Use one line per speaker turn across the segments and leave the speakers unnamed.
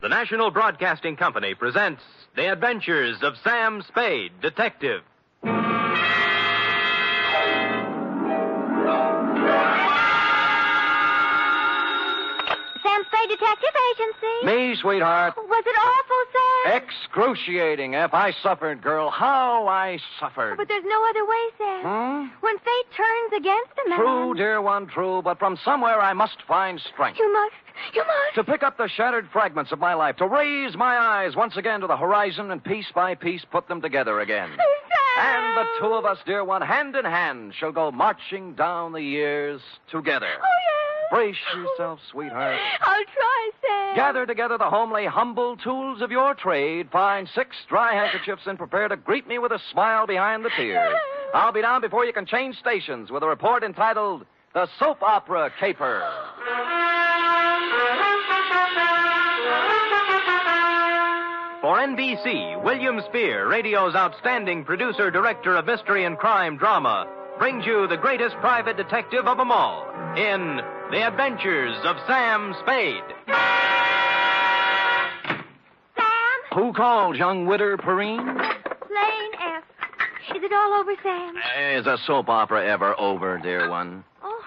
The National Broadcasting Company presents The Adventures of Sam Spade, Detective.
Sam Spade Detective Agency.
Me, sweetheart.
Was it awful, Sam?
Excruciating, F. I suffered, girl. How I suffered.
But there's no other way, Sam.
Hmm?
When fate turns against a man.
True, dear one, true, but from somewhere I must find strength.
You must. You must.
To pick up the shattered fragments of my life, to raise my eyes once again to the horizon and piece by piece put them together again.
Sam.
And the two of us, dear one, hand in hand, shall go marching down the years together.
Oh, yes.
Brace yourself, sweetheart.
I'll try, Sam.
Gather together the homely, humble tools of your trade, find six dry handkerchiefs, and prepare to greet me with a smile behind the tears. I'll be down before you can change stations with a report entitled The Soap Opera Caper.
For NBC, William Spear, radio's outstanding producer, director of mystery and crime drama, brings you the greatest private detective of them all in The Adventures of Sam Spade.
Sam.
Who calls young widder Perrine?
Plain F. Is it all over, Sam?
Is a soap opera ever over, dear one?
Oh,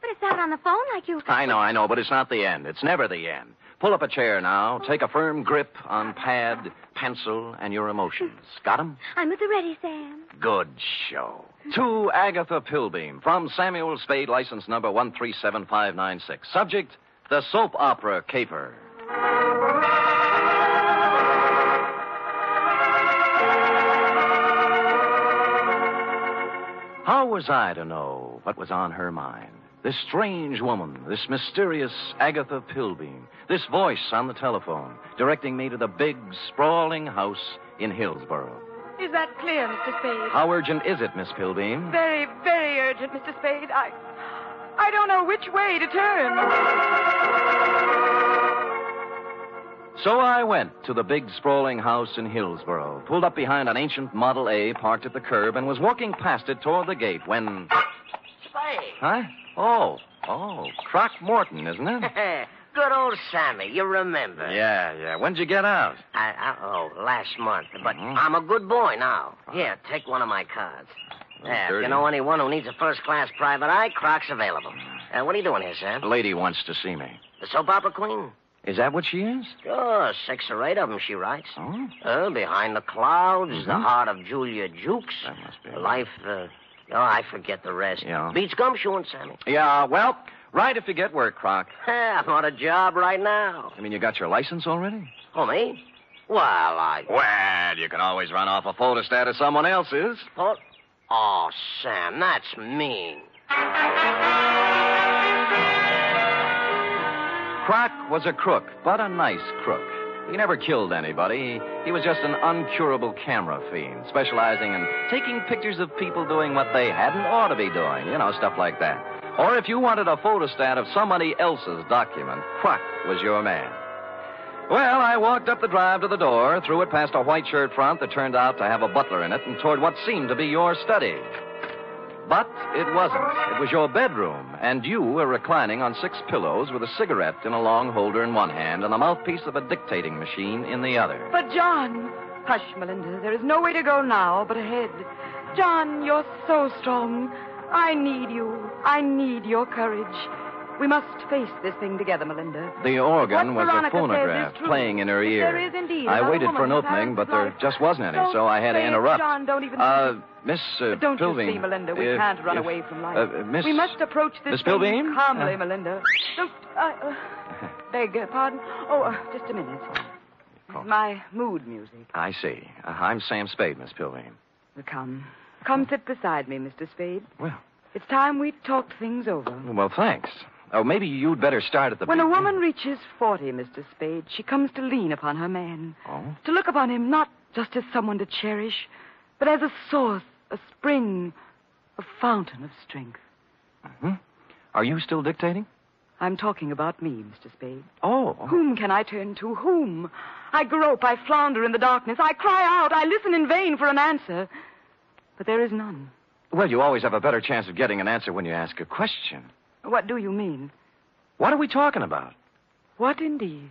but it's out on the phone like you.
I know, I know, but it's not the end. It's never the end. Pull up a chair now. Take a firm grip on pad, pencil, and your emotions. Got 'em?
I'm at the ready, Sam.
Good show. To Agatha Pilbeam from Samuel Spade, license number 137596. Subject, the soap opera caper. How was I to know what was on her mind? This strange woman, this mysterious Agatha Pilbeam, this voice on the telephone directing me to the big, sprawling house in Hillsboro.
Is that clear, Mr. Spade?
How urgent is it, Miss Pilbeam?
Very, very urgent, Mr. Spade. I I don't know which way to turn.
So I went to the big sprawling house in Hillsboro, pulled up behind an ancient Model A parked at the curb, and was walking past it toward the gate when.
Spade.
Huh? Oh, oh, Crockmorton, isn't it?
Good old Sammy, you remember.
yeah, yeah. When'd you get out?
I, I, oh, last month. But
Mhm.
I'm a good boy now. Here, take one of my cards. Yeah, if
Uh-huh. dirty.
you know anyone who needs a first class private eye, Croc's available. Uh, what are you doing here, Sam?
A lady wants to see me.
The soap opera queen?
Is that what she is?
Sure, six or eight of them she writes.
Oh,
Uh, Behind the Clouds, The
Mhm.
Heart of Julia Jukes,
that must be.
Life, uh, oh, I forget the rest.
Yeah.
Beats gumshoeing, Sammy.
Yeah, well, right if you get work, Croc.
I'm on a job right now.
I mean, you got your license already?
Oh, me? Well, I...
Well, you can always run off a photostat of someone else's.
Oh, oh, Sam, that's mean.
Croc was a crook, but a nice crook. He never killed anybody. He, he was just an uncurable camera fiend, specializing in taking pictures of people doing what they hadn't ought to be doing, you know, stuff like that. Or if you wanted a photostat of somebody else's document, Croc was your man. Well, I walked up the drive to the door, threw it past a white shirt front that turned out to have a butler in it, and toward what seemed to be your study. But it wasn't. It was your bedroom, and you were reclining on six pillows with a cigarette in a long holder in one hand and a mouthpiece of a dictating machine in the other.
But John, hush, Melinda. There is no way to go now but ahead. John, you're so strong. I need you. I need your courage. We must face this thing together, Melinda.
The organ
What
was a
Veronica says is
phonograph
true.
playing in her
If
ear.
there is indeed
I
another
waited for an
woman who
opening, but there
has life,
just wasn't any,
don't
so I had to
say it,
interrupt.
John, don't even-
Uh, Miss uh,
But don't you
Pilbeam,
see, Melinda, we
if-
can't run
if-
away from life.
uh, uh, Miss,
We must approach this
Miss
thing
Pilbeam?
calmly,
Uh,
Melinda. Don't, I, uh, beg your pardon. Oh, uh, just a minute. This is my mood music.
I see. Uh, I'm Sam Spade, Miss Pilbeam.
Well, Come. Come sit beside me, Mr. Spade.
Well,
It's time we talked things over.
well, thanks. Oh, maybe you'd better start at the
When a
beginning.
woman reaches 40, Mr. Spade, she comes to lean upon her man.
Oh.
To look upon him not just as someone to cherish, but as a source, a spring, a fountain of strength.
mm-hmm. Are you still dictating?
I'm talking about me, Mr. Spade.
Oh.
Whom can I turn to? Whom? I grope, I flounder in the darkness, I cry out, I listen in vain for an answer. But there is none.
Well, you always have a better chance of getting an answer when you ask a question.
What do you mean?
What are we talking about?
What indeed?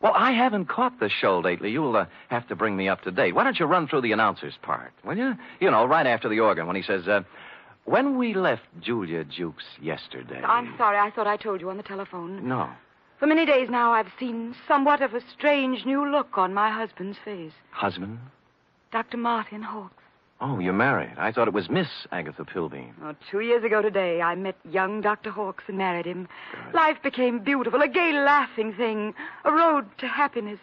Well, I haven't caught the show lately. You'll uh, have to bring me up to date. Why don't you run through the announcer's part, will you? You know, right after the organ when he says, uh, When we left Julia Jukes yesterday.
I'm sorry. I thought I told you on the telephone.
No.
For many days now, I've seen somewhat of a strange new look on my husband's face.
Husband?
Dr. Martin Hawkes.
Oh, you're married. I thought it was Miss Agatha Pilbeam.
Oh, two years ago today, I met young Dr. Hawkes and married him. Life became beautiful, a gay, laughing thing, a road to happiness.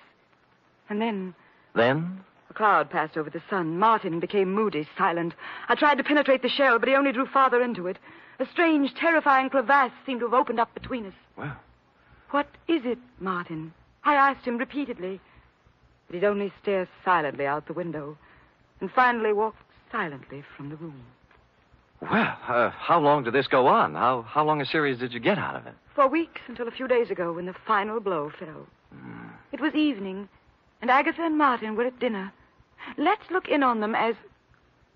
And then
Then?
a cloud passed over the sun. Martin became moody, silent. I tried to penetrate the shell, but he only drew farther into it. A strange, terrifying crevasse seemed to have opened up between us.
Well,
What is it, Martin? I asked him repeatedly. But he'd only stare silently out the window and finally walked silently from the room.
well, uh, how long did this go on? How, how long a series did you get out of it?
For weeks until a few days ago when the final blow fell. It was evening, and Agatha and Martin were at dinner. Let's look in on them as.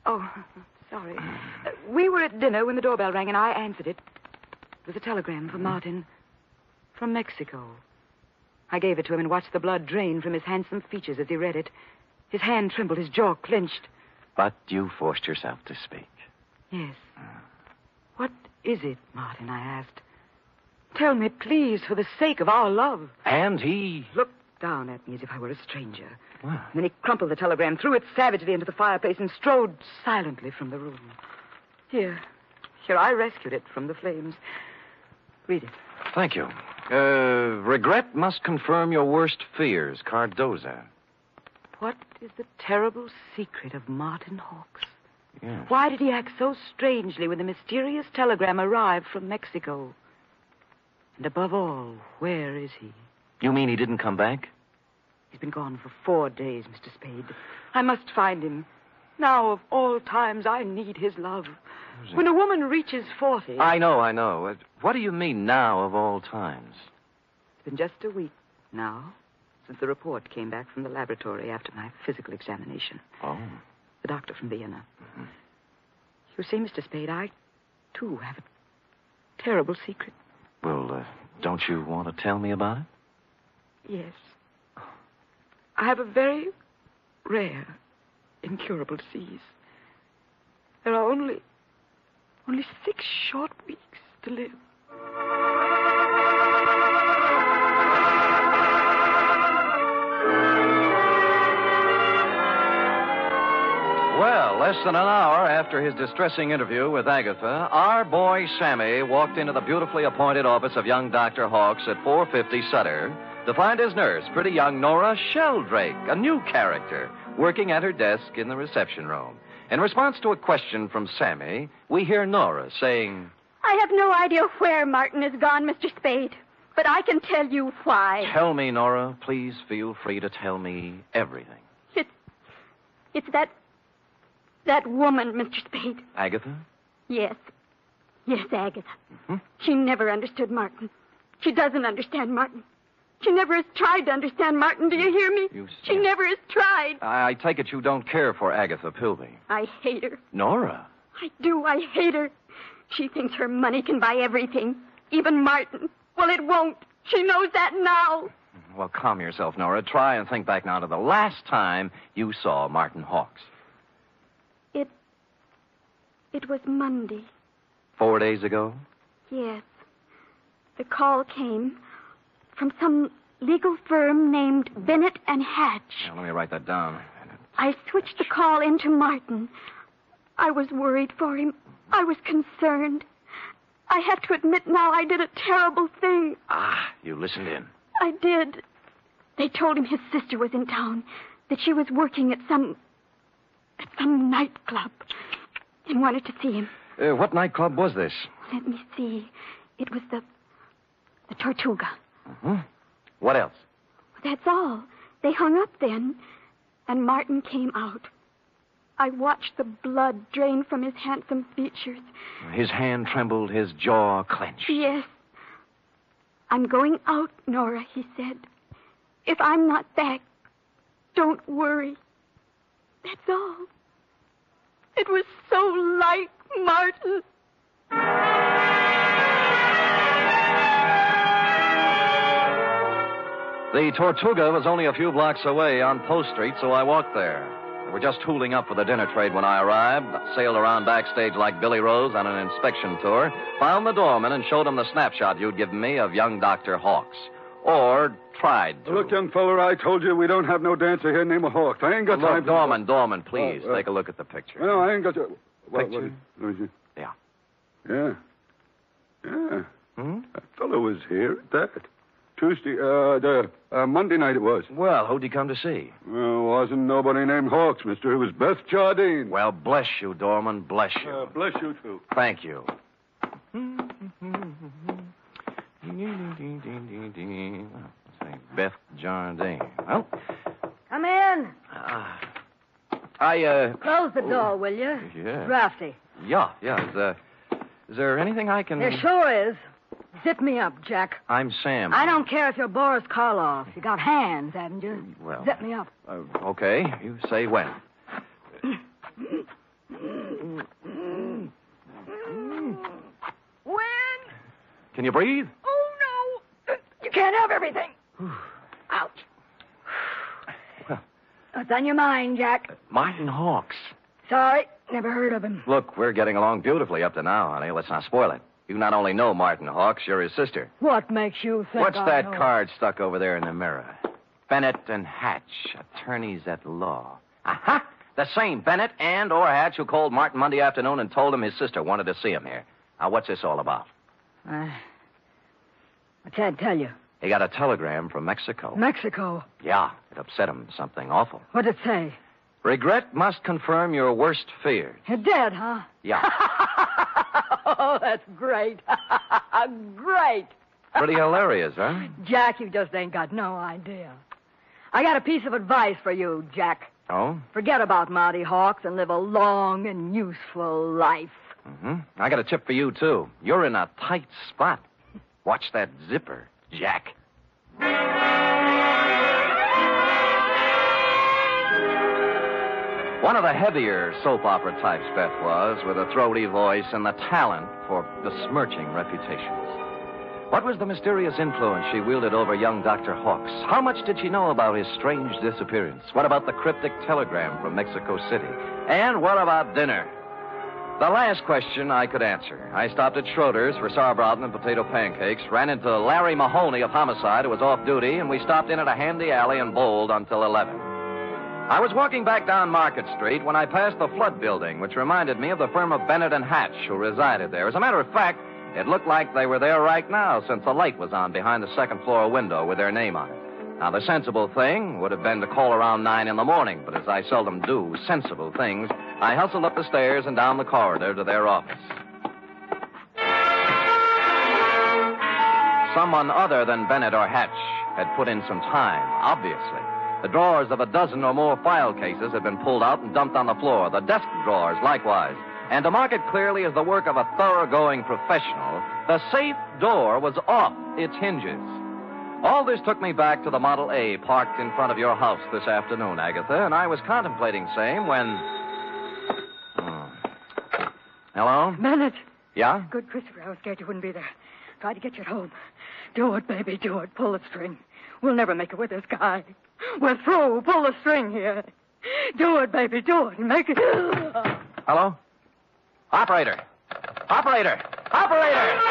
Oh, sorry. Uh, we were at dinner when the doorbell rang, and I answered it. It was a telegram from Martin. From Mexico. I gave it to him and watched the blood drain from his handsome features as he read it. His hand trembled, his jaw clenched.
But you forced yourself to speak.
Yes. What is it, Martin? I asked. Tell me, please, for the sake of our love.
And he.
Looked down at me as if I were a stranger.
Well,
And then he crumpled the telegram, threw it savagely into the fireplace, and strode silently from the room. Here. Here, I rescued it from the flames. Read it.
thank you. Uh, regret must confirm your worst fears, Cardoza.
What is the terrible secret of Martin Hawkes?
Yes.
Why did he act so strangely when the mysterious telegram arrived from Mexico? And above all, where is he?
You mean he didn't come back?
He's been gone for four days, Mr. Spade. I must find him. Now, of all times, I need his love. When a woman reaches 40,
I know, I know. Uh, What do you mean now of all times?
it's been just a week now since the report came back from the laboratory after my physical examination.
Oh.
The doctor from Vienna. You see, Mr. Spade, I, too, have a terrible secret.
Well, uh, don't you want to tell me about it?
Yes. I have a very rare, incurable disease. There are only, only six short weeks to live.
Well, less than an hour after his distressing interview with Agatha, our boy Sammy walked into the beautifully appointed office of young Dr. Hawks at 450 Sutter to find his nurse, pretty young Nora Sheldrake, a new character, working at her desk in the reception room. In response to a question from Sammy, we hear Nora saying,
I have no idea where Martin is gone, Mr. Spade, but I can tell you why.
Tell me, Nora, please feel free to tell me everything.
It's, it's that, that woman, Mr. Spade.
Agatha?
Yes. Yes, Agatha.
Mhm.
She never understood Martin. She doesn't understand Martin. She never has tried to understand Martin. Do you hear me?
You
she
said-
never has tried.
I, I take it you don't care for Agatha Pilby.
I hate her.
Nora?
I do. I hate her. She thinks her money can buy everything, even Martin. Well, it won't. She knows that now.
Well, calm yourself, Nora. Try and think back now to the last time you saw Martin Hawks.
It. It was Monday.
Four days ago?
Yes. The call came from some legal firm named Bennett and Hatch.
Now, let me write that down.
I switched the call into Martin. I was worried for him. I was concerned. I have to admit now I did a terrible thing.
Ah, you listened in.
I did. They told him his sister was in town, that she was working at some at some nightclub, and wanted to see him.
Uh, what nightclub was this?
Let me see. It was the the Tortuga.
Mm-hmm. What else?
That's all. They hung up then, and Martin came out. I watched the blood drain from his handsome features.
His hand trembled, his jaw clenched.
Yes. I'm going out, Nora, he said. If I'm not back, don't worry. That's all. It was so like Martin.
The Tortuga was only a few blocks away on Post Street, so I walked there. They were just hooling up for the dinner trade when I arrived. I sailed around backstage like Billy Rose on an inspection tour, found the doorman, and showed him the snapshot you'd given me of young Dr. Hawks. Or tried to.
Look, young feller, I told you we don't have no dancer here named Hawks. I ain't got
Look,
time. for-
Dorman, Dorman, please,
Oh, uh,
take a look at the picture.
No, I ain't got your What,
Picture?
what is it?
Yeah.
Yeah. Yeah.
Hmm?
That fellow was here at that. Tuesday, uh, the, uh, Monday night it was.
Well, who'd you come to see?
Well, wasn't nobody named Hawks, mister. It was Beth Jardine.
Well, bless you, Dorman, bless you.
Uh, bless you, too.
Thank you. Say, Beth Oh. Jardine. Well,
Come in.
uh, I, uh,
Close the
Oh.
door, will you?
Yeah.
Drafty.
yeah, yeah. Is, uh, is there anything I can.
There sure is. Zip me up, Jack.
I'm Sam.
I don't care if you're Boris Karloff. You got hands, haven't you?
Well.
Zip me up.
Uh, okay, you say when.
When?
Can you breathe?
Oh, no. You can't have everything. Ouch.
Well.
What's on your mind, Jack?
Martin Hawks.
Sorry, never heard of him.
Look, we're getting along beautifully up to now, honey. Let's not spoil it. You not only know Martin Hawks, you're his sister.
What makes you think
What's
I
that
know?
card stuck over there in the mirror? Bennett and Hatch, attorneys at law. Aha! The same Bennett and or Hatch who called Martin Monday afternoon and told him his sister wanted to see him here. Now, what's this all about?
Uh, what's that tell you?
He got a telegram from Mexico.
Mexico.
Yeah, it upset him. Something awful.
What'd it say?
Regret must confirm your worst fears.
You're dead, huh?
Yeah.
oh, that's great. great.
Pretty hilarious, huh?
Jack, you just ain't got no idea. I got a piece of advice for you, Jack.
Oh?
Forget about Marty Hawks and live a long and useful life.
Mm-hmm. I got a tip for you, too. You're in a tight spot. Watch that zipper, Jack. One of the heavier soap opera types Beth was, with a throaty voice and the talent for besmirching reputations. What was the mysterious influence she wielded over young Dr. Hawks? How much did she know about his strange disappearance? What about the cryptic telegram from Mexico City? And what about dinner? The last question I could answer. I stopped at Schroeder's for sauerbraten and potato pancakes, ran into Larry Mahoney of Homicide, who was off duty, and we stopped in at a handy alley and bowled until 11. I was walking back down Market Street when I passed the Flood Building, which reminded me of the firm of Bennett and Hatch, who resided there. As a matter of fact, it looked like they were there right now, since the light was on behind the second floor window with their name on it. Now, the sensible thing would have been to call around nine in the morning, but as I seldom do sensible things, I hustled up the stairs and down the corridor to their office. Someone other than Bennett or Hatch had put in some time, obviously. The drawers of a dozen or more file cases had been pulled out and dumped on the floor, the desk drawers likewise. And to mark it clearly as the work of a thoroughgoing professional, the safe door was off its hinges. All this took me back to the Model A parked in front of your house this afternoon, Agatha, and I was contemplating same when. Hmm. Hello?
Bennett.
Yeah?
Good Christopher, I was scared you wouldn't be there. Try to get you at home. Do it, baby, do it. Pull the string. We'll never make it with this guy. We're through. Pull the string here. Do it, baby, do it. Make it.
Uh, Hello? Operator! Operator! Operator!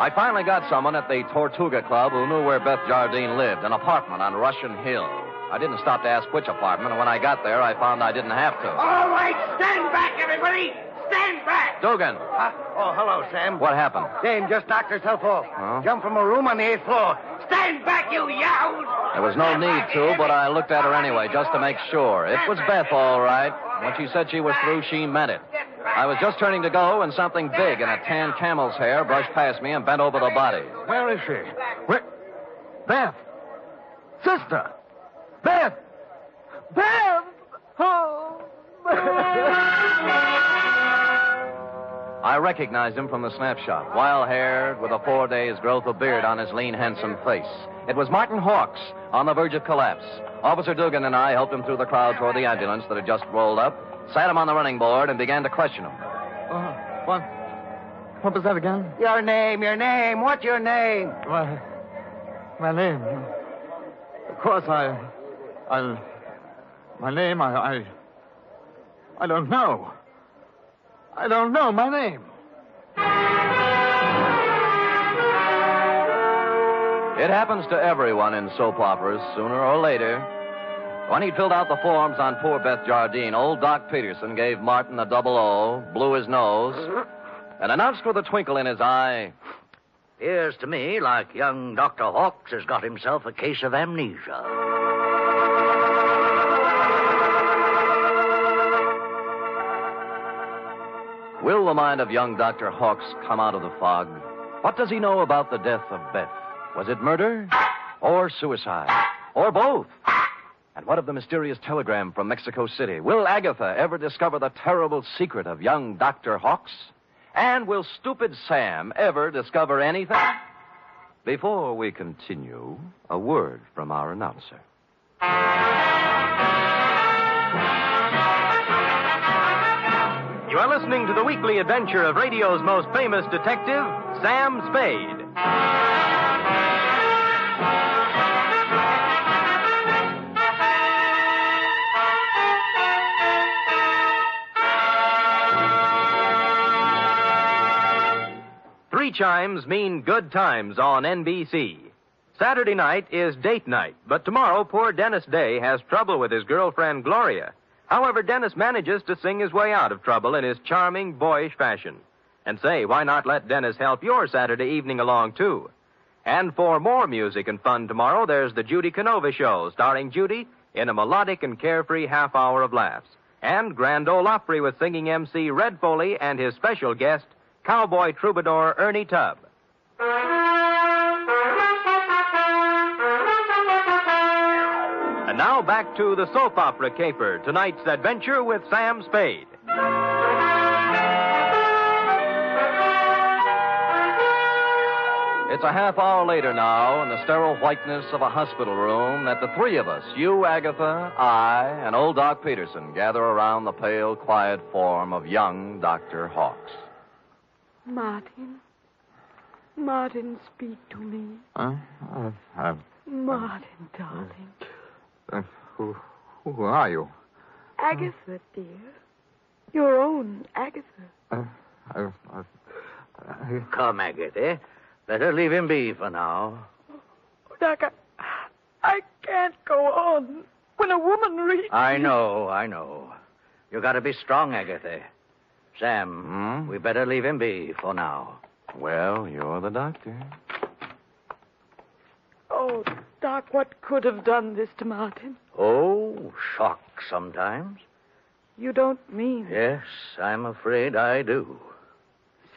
I finally got someone at the Tortuga Club who knew where Beth Jardine lived, an apartment on Russian Hill. I didn't stop to ask which apartment, and when I got there, I found I didn't have to.
All right, stand back, everybody. Stand back.
Dugan,
oh, hello, Sam.
what happened?
Dame just knocked herself off.
Huh?
Jumped from a room on the eighth floor. Stand back, you yows!
There was no need to, but I looked at her anyway just to make sure. It was Beth, all right. When she said she was through, she meant it. I was just turning to go when something big in a tan camel's hair brushed past me and bent over the body.
Where is she? Where? Beth. Sister. Beth. Beth. Oh.
I recognized him from the snapshot, wild haired, with a four days growth of beard on his lean, handsome face. It was Martin Hawks, on the verge of collapse. Officer Dugan and I helped him through the crowd toward the ambulance that had just rolled up, sat him on the running board, and began to question him.
what? What was that again?
Your name, your name. What's your name?
My, my name. Of course, I, I, my name, I, I, I don't know. I don't know my name.
It happens to everyone in soap operas sooner or later. When he filled out the forms on poor Beth Jardine, old Doc Peterson gave Martin a double O, blew his nose, and announced with a twinkle in his eye,
Appears to me like young Dr. Hawks has got himself a case of amnesia.
Will the mind of young Dr. Hawks come out of the fog? What does he know about the death of Beth? Was it murder? Or suicide? Or both? And what of the mysterious telegram from Mexico City? Will Agatha ever discover the terrible secret of young Dr. Hawks? And will stupid Sam ever discover anything? Before we continue, a word from our announcer.
You are listening to the weekly adventure of radio's most famous detective, Sam Spade. Three chimes mean good times on NBC. Saturday night is date night, but tomorrow poor Dennis Day has trouble with his girlfriend Gloria. However, Dennis manages to sing his way out of trouble in his charming, boyish fashion. And say, why not let Dennis help your Saturday evening along, too? And for more music and fun tomorrow, there's the Judy Canova Show, starring Judy in a melodic and carefree half hour of laughs. And Grand Ole Opry with singing MC Red Foley and his special guest, cowboy troubadour Ernie Tubb. And now back to the soap opera caper, tonight's adventure with Sam Spade.
It's a half hour later now, in the sterile whiteness of a hospital room, that the three of us, you, Agatha, I, and old Doc Peterson, gather around the pale, quiet form of young Dr. Hawks.
Martin. Martin, speak to me.
Huh? I've, I've,
Martin, darling.
I've- who, who are you?
Agatha, dear. Your own Agatha.
I've, I've, I've, I-
Come, Agatha. Better leave him be for now.
Doc, I, I can't go on. When a woman reads.
I know, I know. You gotta be strong, Agatha. Sam,
Hmm?
we better leave him be for now.
Well, you're the doctor.
Oh, Doc, what could have done this to Martin?
Oh, shock sometimes.
You don't mean.
Yes, I'm afraid I do.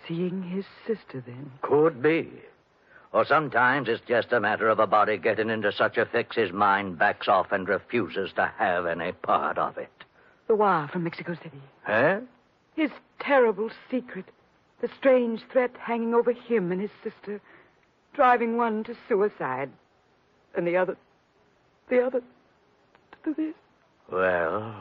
Seeing his sister, then.
Could be. Or sometimes it's just a matter of a body getting into such a fix his mind backs off and refuses to have any part of it.
The wire from Mexico City.
Eh?
His terrible secret. The strange threat hanging over him and his sister, driving one to suicide, and the other, the other to this.
Well,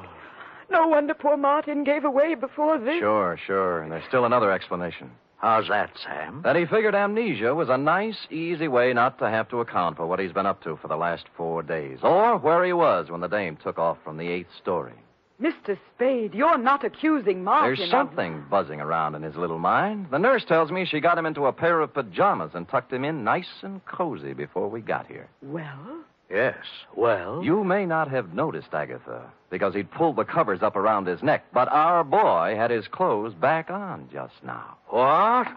No wonder poor Martin gave away before this.
Sure, sure. And there's still another explanation.
how's that, Sam?
That he figured amnesia was a nice, easy way not to have to account for what he's been up to for the last four days, or where he was when the dame took off from the eighth story.
Mr. Spade, you're not accusing Martin.
There's
of-
something buzzing around in his little mind. The nurse tells me she got him into a pair of pajamas and tucked him in nice and cozy before we got here.
Well,
Yes. Well,
You may not have noticed Agatha because he'd pulled the covers up around his neck, but our boy had his clothes back on just now.
What?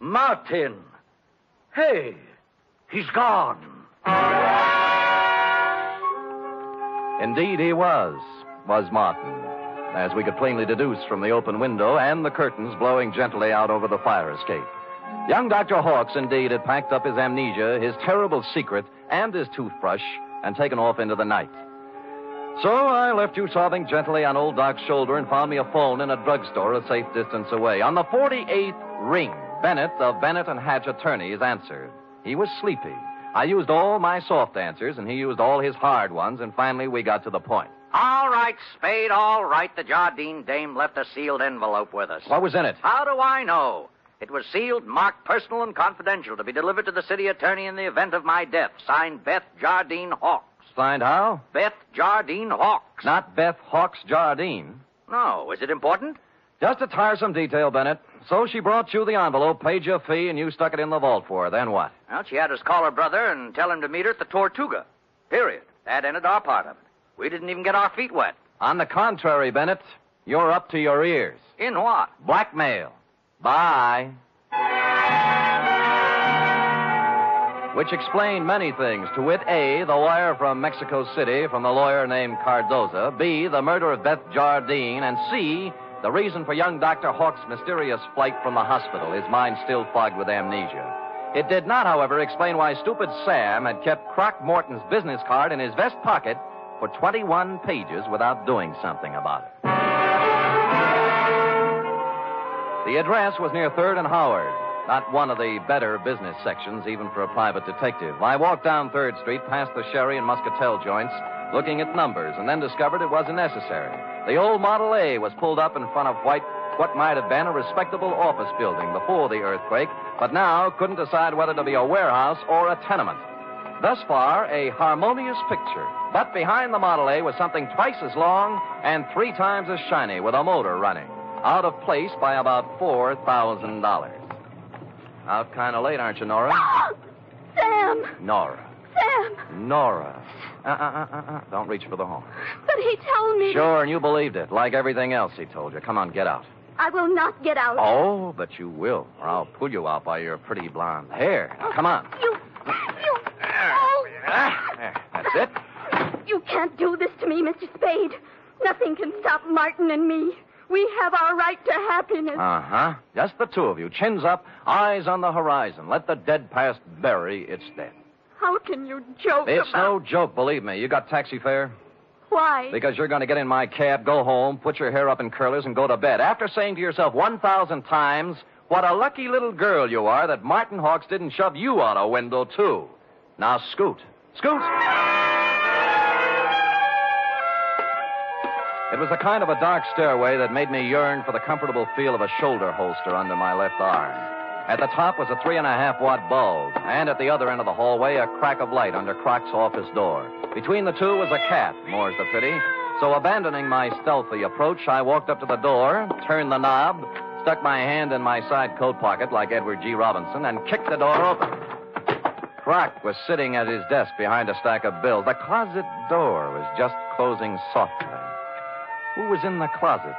Martin! Hey, he's gone.
Indeed, he was, was Martin, as we could plainly deduce from the open window and the curtains blowing gently out over the fire escape. Young Dr. Hawks, indeed, had packed up his amnesia, his terrible secret, and his toothbrush, and taken off into the night. So I left you sobbing gently on old Doc's shoulder and found me a phone in a drugstore a safe distance away. On the 48th ring, Bennett of Bennett and Hatch attorneys answered. He was sleepy. I used all my soft answers, and he used all his hard ones, and finally we got to the point.
All right, Spade, all right. The Jardine dame left a sealed envelope with us.
What was in it?
How do I know? It was sealed, marked personal and confidential to be delivered to the city attorney in the event of my death. Signed Beth Jardine Hawks.
Signed how?
Beth Jardine Hawks.
Not Beth Hawks Jardine.
No, is it important?
Just a tiresome detail, Bennett. So she brought you the envelope, paid you a fee, and you stuck it in the vault for her. Then what?
Well, she had us call her brother and tell him to meet her at the Tortuga. Period. That ended our part of it. We didn't even get our feet wet.
On the contrary, Bennett, you're up to your ears.
In what?
Blackmail. Bye. Which explained many things. To wit, A, the wire from Mexico City from the lawyer named Cardoza, B, the murder of Beth Jardine, and C, the reason for young Dr. Hawk's mysterious flight from the hospital, his mind still fogged with amnesia. It did not, however, explain why stupid Sam had kept Croc Morton's business card in his vest pocket for 21 pages without doing something about it. The address was near 3rd and Howard, not one of the better business sections, even for a private detective. I walked down 3rd Street past the Sherry and Muscatel joints, looking at numbers, and then discovered it wasn't necessary. The old Model A was pulled up in front of white, what might have been a respectable office building before the earthquake, but now couldn't decide whether to be a warehouse or a tenement. Thus far, a harmonious picture. But behind the Model A was something twice as long and three times as shiny with a motor running out of place by about $4,000. Out kind of late, aren't you, Nora?
Sam!
Nora.
Sam!
Nora. Uh, uh, uh, uh, uh. Don't reach for the horn.
But he told me.
Sure, and you believed it, like everything else he told you. Come on, get out.
I will not get out.
Oh, but you will, or I'll pull you out by your pretty blonde hair. Now, come on.
You. You.
Ah, there. That's it.
Oh! You can't do this to me, Mr. Spade. Nothing can stop Martin and me. We have our right to happiness.
Uh huh. Just the two of you, chins up, eyes on the horizon. Let the dead past bury its dead.
How can you joke
It's
about
no joke, believe me. You got taxi fare?
why?
Because you're going to get in my cab, go home, put your hair up in curlers, and go to bed. After saying to yourself 1,000 times, what a lucky little girl you are that Martin Hawks didn't shove you out a window, too. Now scoot. Scoot! It was the kind of a dark stairway that made me yearn for the comfortable feel of a shoulder holster under my left arm. At the top was a three and a half watt bulb, and at the other end of the hallway, a crack of light under Croc's office door. Between the two was a cat, more's the pity. So, abandoning my stealthy approach, I walked up to the door, turned the knob, stuck my hand in my side coat pocket like Edward G. Robinson, and kicked the door open. Croc was sitting at his desk behind a stack of bills. The closet door was just closing softly. Who was in the closet?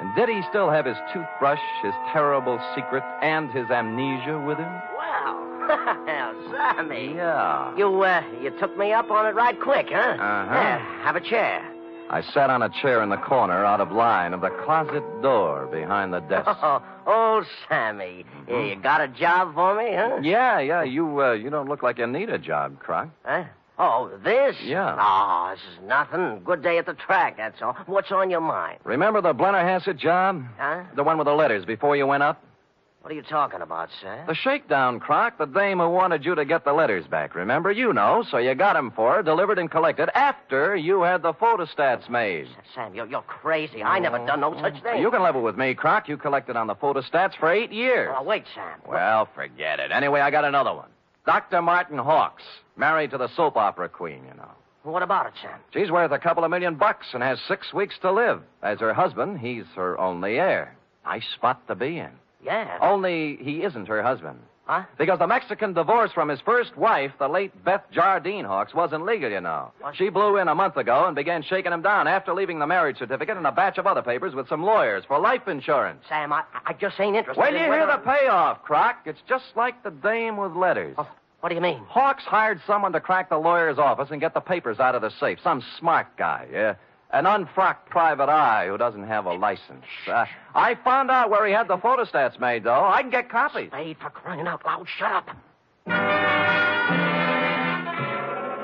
And did he still have his toothbrush, his terrible secret, and his amnesia with him?
Wow. now, Sammy.
Yeah.
You, uh, you took me up on it right quick, huh?
Uh-huh.
Yeah, have a chair.
I sat on a chair in the corner out of line of the closet door behind the desk.
Oh, old Sammy. Yeah,
Mm-hmm.
you got a job for me, huh?
yeah, yeah, you uh, you don't look like you need a job, Croc.
Huh? Oh, this?
Yeah.
Oh, this is nothing. Good day at the track, that's all. What's on your mind?
Remember the Blennerhassett job?
Huh?
The one with the letters before you went up?
What are you talking about, sir?
The shakedown, Croc, the dame who wanted you to get the letters back, remember? You know, so you got 'em for her, delivered and collected after you had the photostats made.
Sam, you're, you're crazy. I never done no such thing.
Oh, You can level with me, Croc. You collected on the photostats for eight years.
Oh, wait, Sam.
Well, forget it. Anyway, I got another one. Dr. Martin Hawks, married to the soap opera queen, you know.
What about it, Sam?
She's worth a couple of million bucks and has six weeks to live. As her husband, he's her only heir. Nice spot to be in.
Yeah.
Only he isn't her husband.
Huh?
Because the Mexican divorce from his first wife, the late Beth Jardine Hawks, wasn't legal, you know.
What?
She blew in a month ago and began shaking him down after leaving the marriage certificate and a batch of other papers with some lawyers for life insurance.
Sam, I, I just ain't interested
When
in
you hear
whether-
the payoff, Croc, it's just like the dame with letters.
Oh, what do you mean?
Hawks hired someone to crack the lawyer's office and get the papers out of the safe. Some smart guy, yeah? An unfrocked private eye who doesn't have a license. Uh, I found out where he had the photostats made, though. I can get copies.
Spade, for crying out loud, shut up.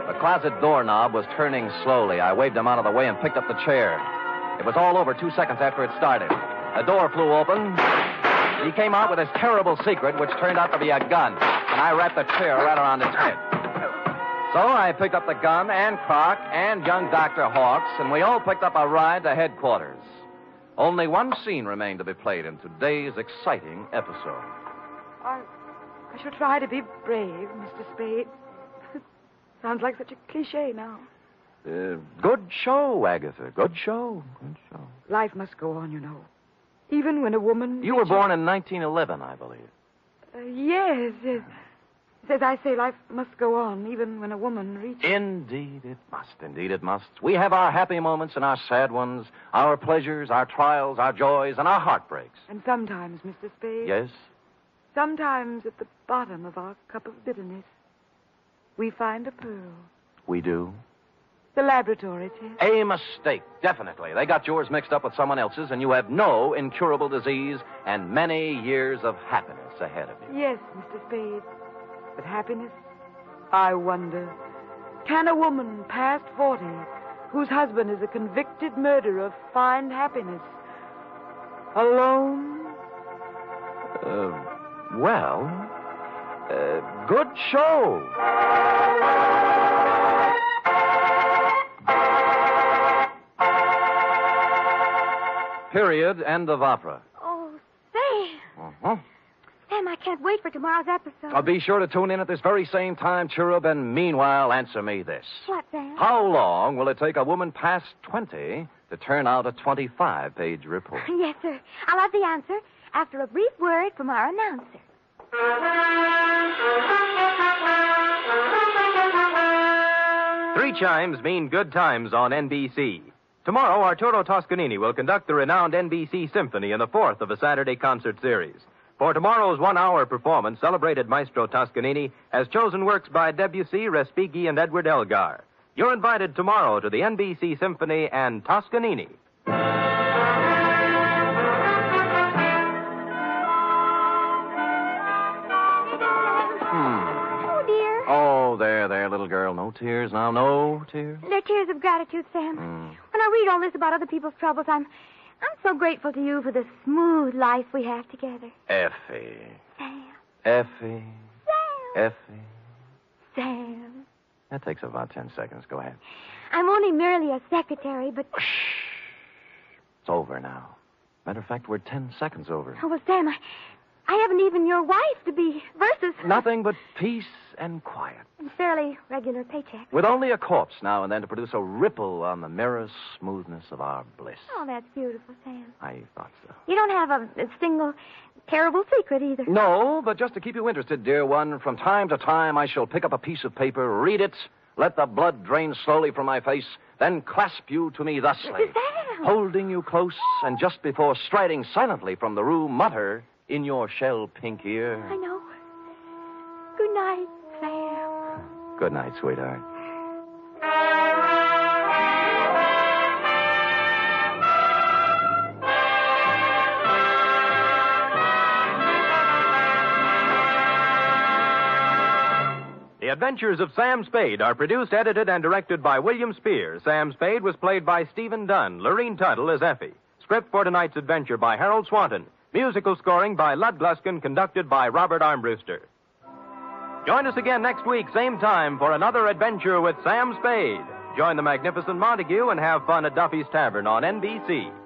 The closet doorknob was turning slowly. I waved him out of the way and picked up the chair. It was all over two seconds after it started. The door flew open. He came out with his terrible secret, which turned out to be a gun, and I wrapped the chair right around his head. So I picked up the gun and Croc and young Dr. Hawks, and we all picked up a ride to headquarters. Only one scene remained to be played in today's exciting episode.
I, I should try to be brave, Mr. Spade. Sounds like such a cliche now.
Uh, good show, Agatha. Good show. Good show.
Life must go on, you know. Even when a woman.
You were born in 1911, I believe.
Uh, yes, yes. As I say, life must go on, even when a woman reaches.
Indeed, it must. Indeed, it must. We have our happy moments and our sad ones, our pleasures, our trials, our joys, and our heartbreaks.
And sometimes, Mr. Spade.
Yes?
Sometimes at the bottom of our cup of bitterness, we find a pearl.
We do.
The laboratory test.
A mistake, definitely. They got yours mixed up with someone else's, and you have no incurable disease and many years of happiness ahead of you.
Yes, Mr. Spade. But happiness? I wonder. Can a woman past 40, whose husband is a convicted murderer, find happiness? Alone?
Uh, well, uh, good show. Period. End of opera.
Oh, Sam.
Uh-huh.
Sam, I can't wait for tomorrow's episode.
Uh, be sure to tune in at this very same time, Cherub, and meanwhile, answer me this.
What, Sam?
How long will it take a woman past 20 to turn out a 25 page report?
Yes, sir. I'll have the answer after a brief word from our announcer.
Three chimes mean good times on NBC. Tomorrow, Arturo Toscanini will conduct the renowned NBC Symphony in the fourth of a Saturday concert series. For tomorrow's one hour performance, celebrated maestro Toscanini has chosen works by Debussy, Respighi, and Edward Elgar. You're invited tomorrow to the NBC Symphony and Toscanini.
Oh, dear.
Oh, there, there, little girl. No tears now. No tears.
They're tears of gratitude, Sam.
Hmm.
When I read all this about other people's troubles, I'm I'm so grateful to you for the smooth life we have together.
Effie.
Sam.
Effie.
Sam.
Effie.
Sam.
That takes about 10 seconds. Go ahead.
I'm only merely a secretary, but
It's over now. Matter of fact, we're 10 seconds over.
oh well, Sam, I I haven't even your wife to be versus
Nothing but peace and quiet.
and fairly regular paycheck.
With only a corpse now and then to produce a ripple on the mirror smoothness of our bliss.
Oh, that's beautiful, Sam.
I thought so.
You don't have a, a single terrible secret
Hmm.
either.
No, but just to keep you interested, dear one, from time to time I shall pick up a piece of paper, read it, let the blood drain slowly from my face, then clasp you to me thusly,
Sam.
holding you close, and just before striding silently from the room, mutter in your shell pink
I
ear.
know. Good night, Sam.
Good night, sweetheart.
The Adventures of Sam Spade are produced, edited, and directed by William Spear. Sam Spade was played by Stephen Dunn. Lorene Tuttle as Effie. Script for tonight's adventure by Harold Swanton. Musical scoring by Lud Gluskin, conducted by Robert Armbruster. Join us again next week, same time, for another adventure with Sam Spade. Join the magnificent Montague and have fun at Duffy's Tavern on NBC.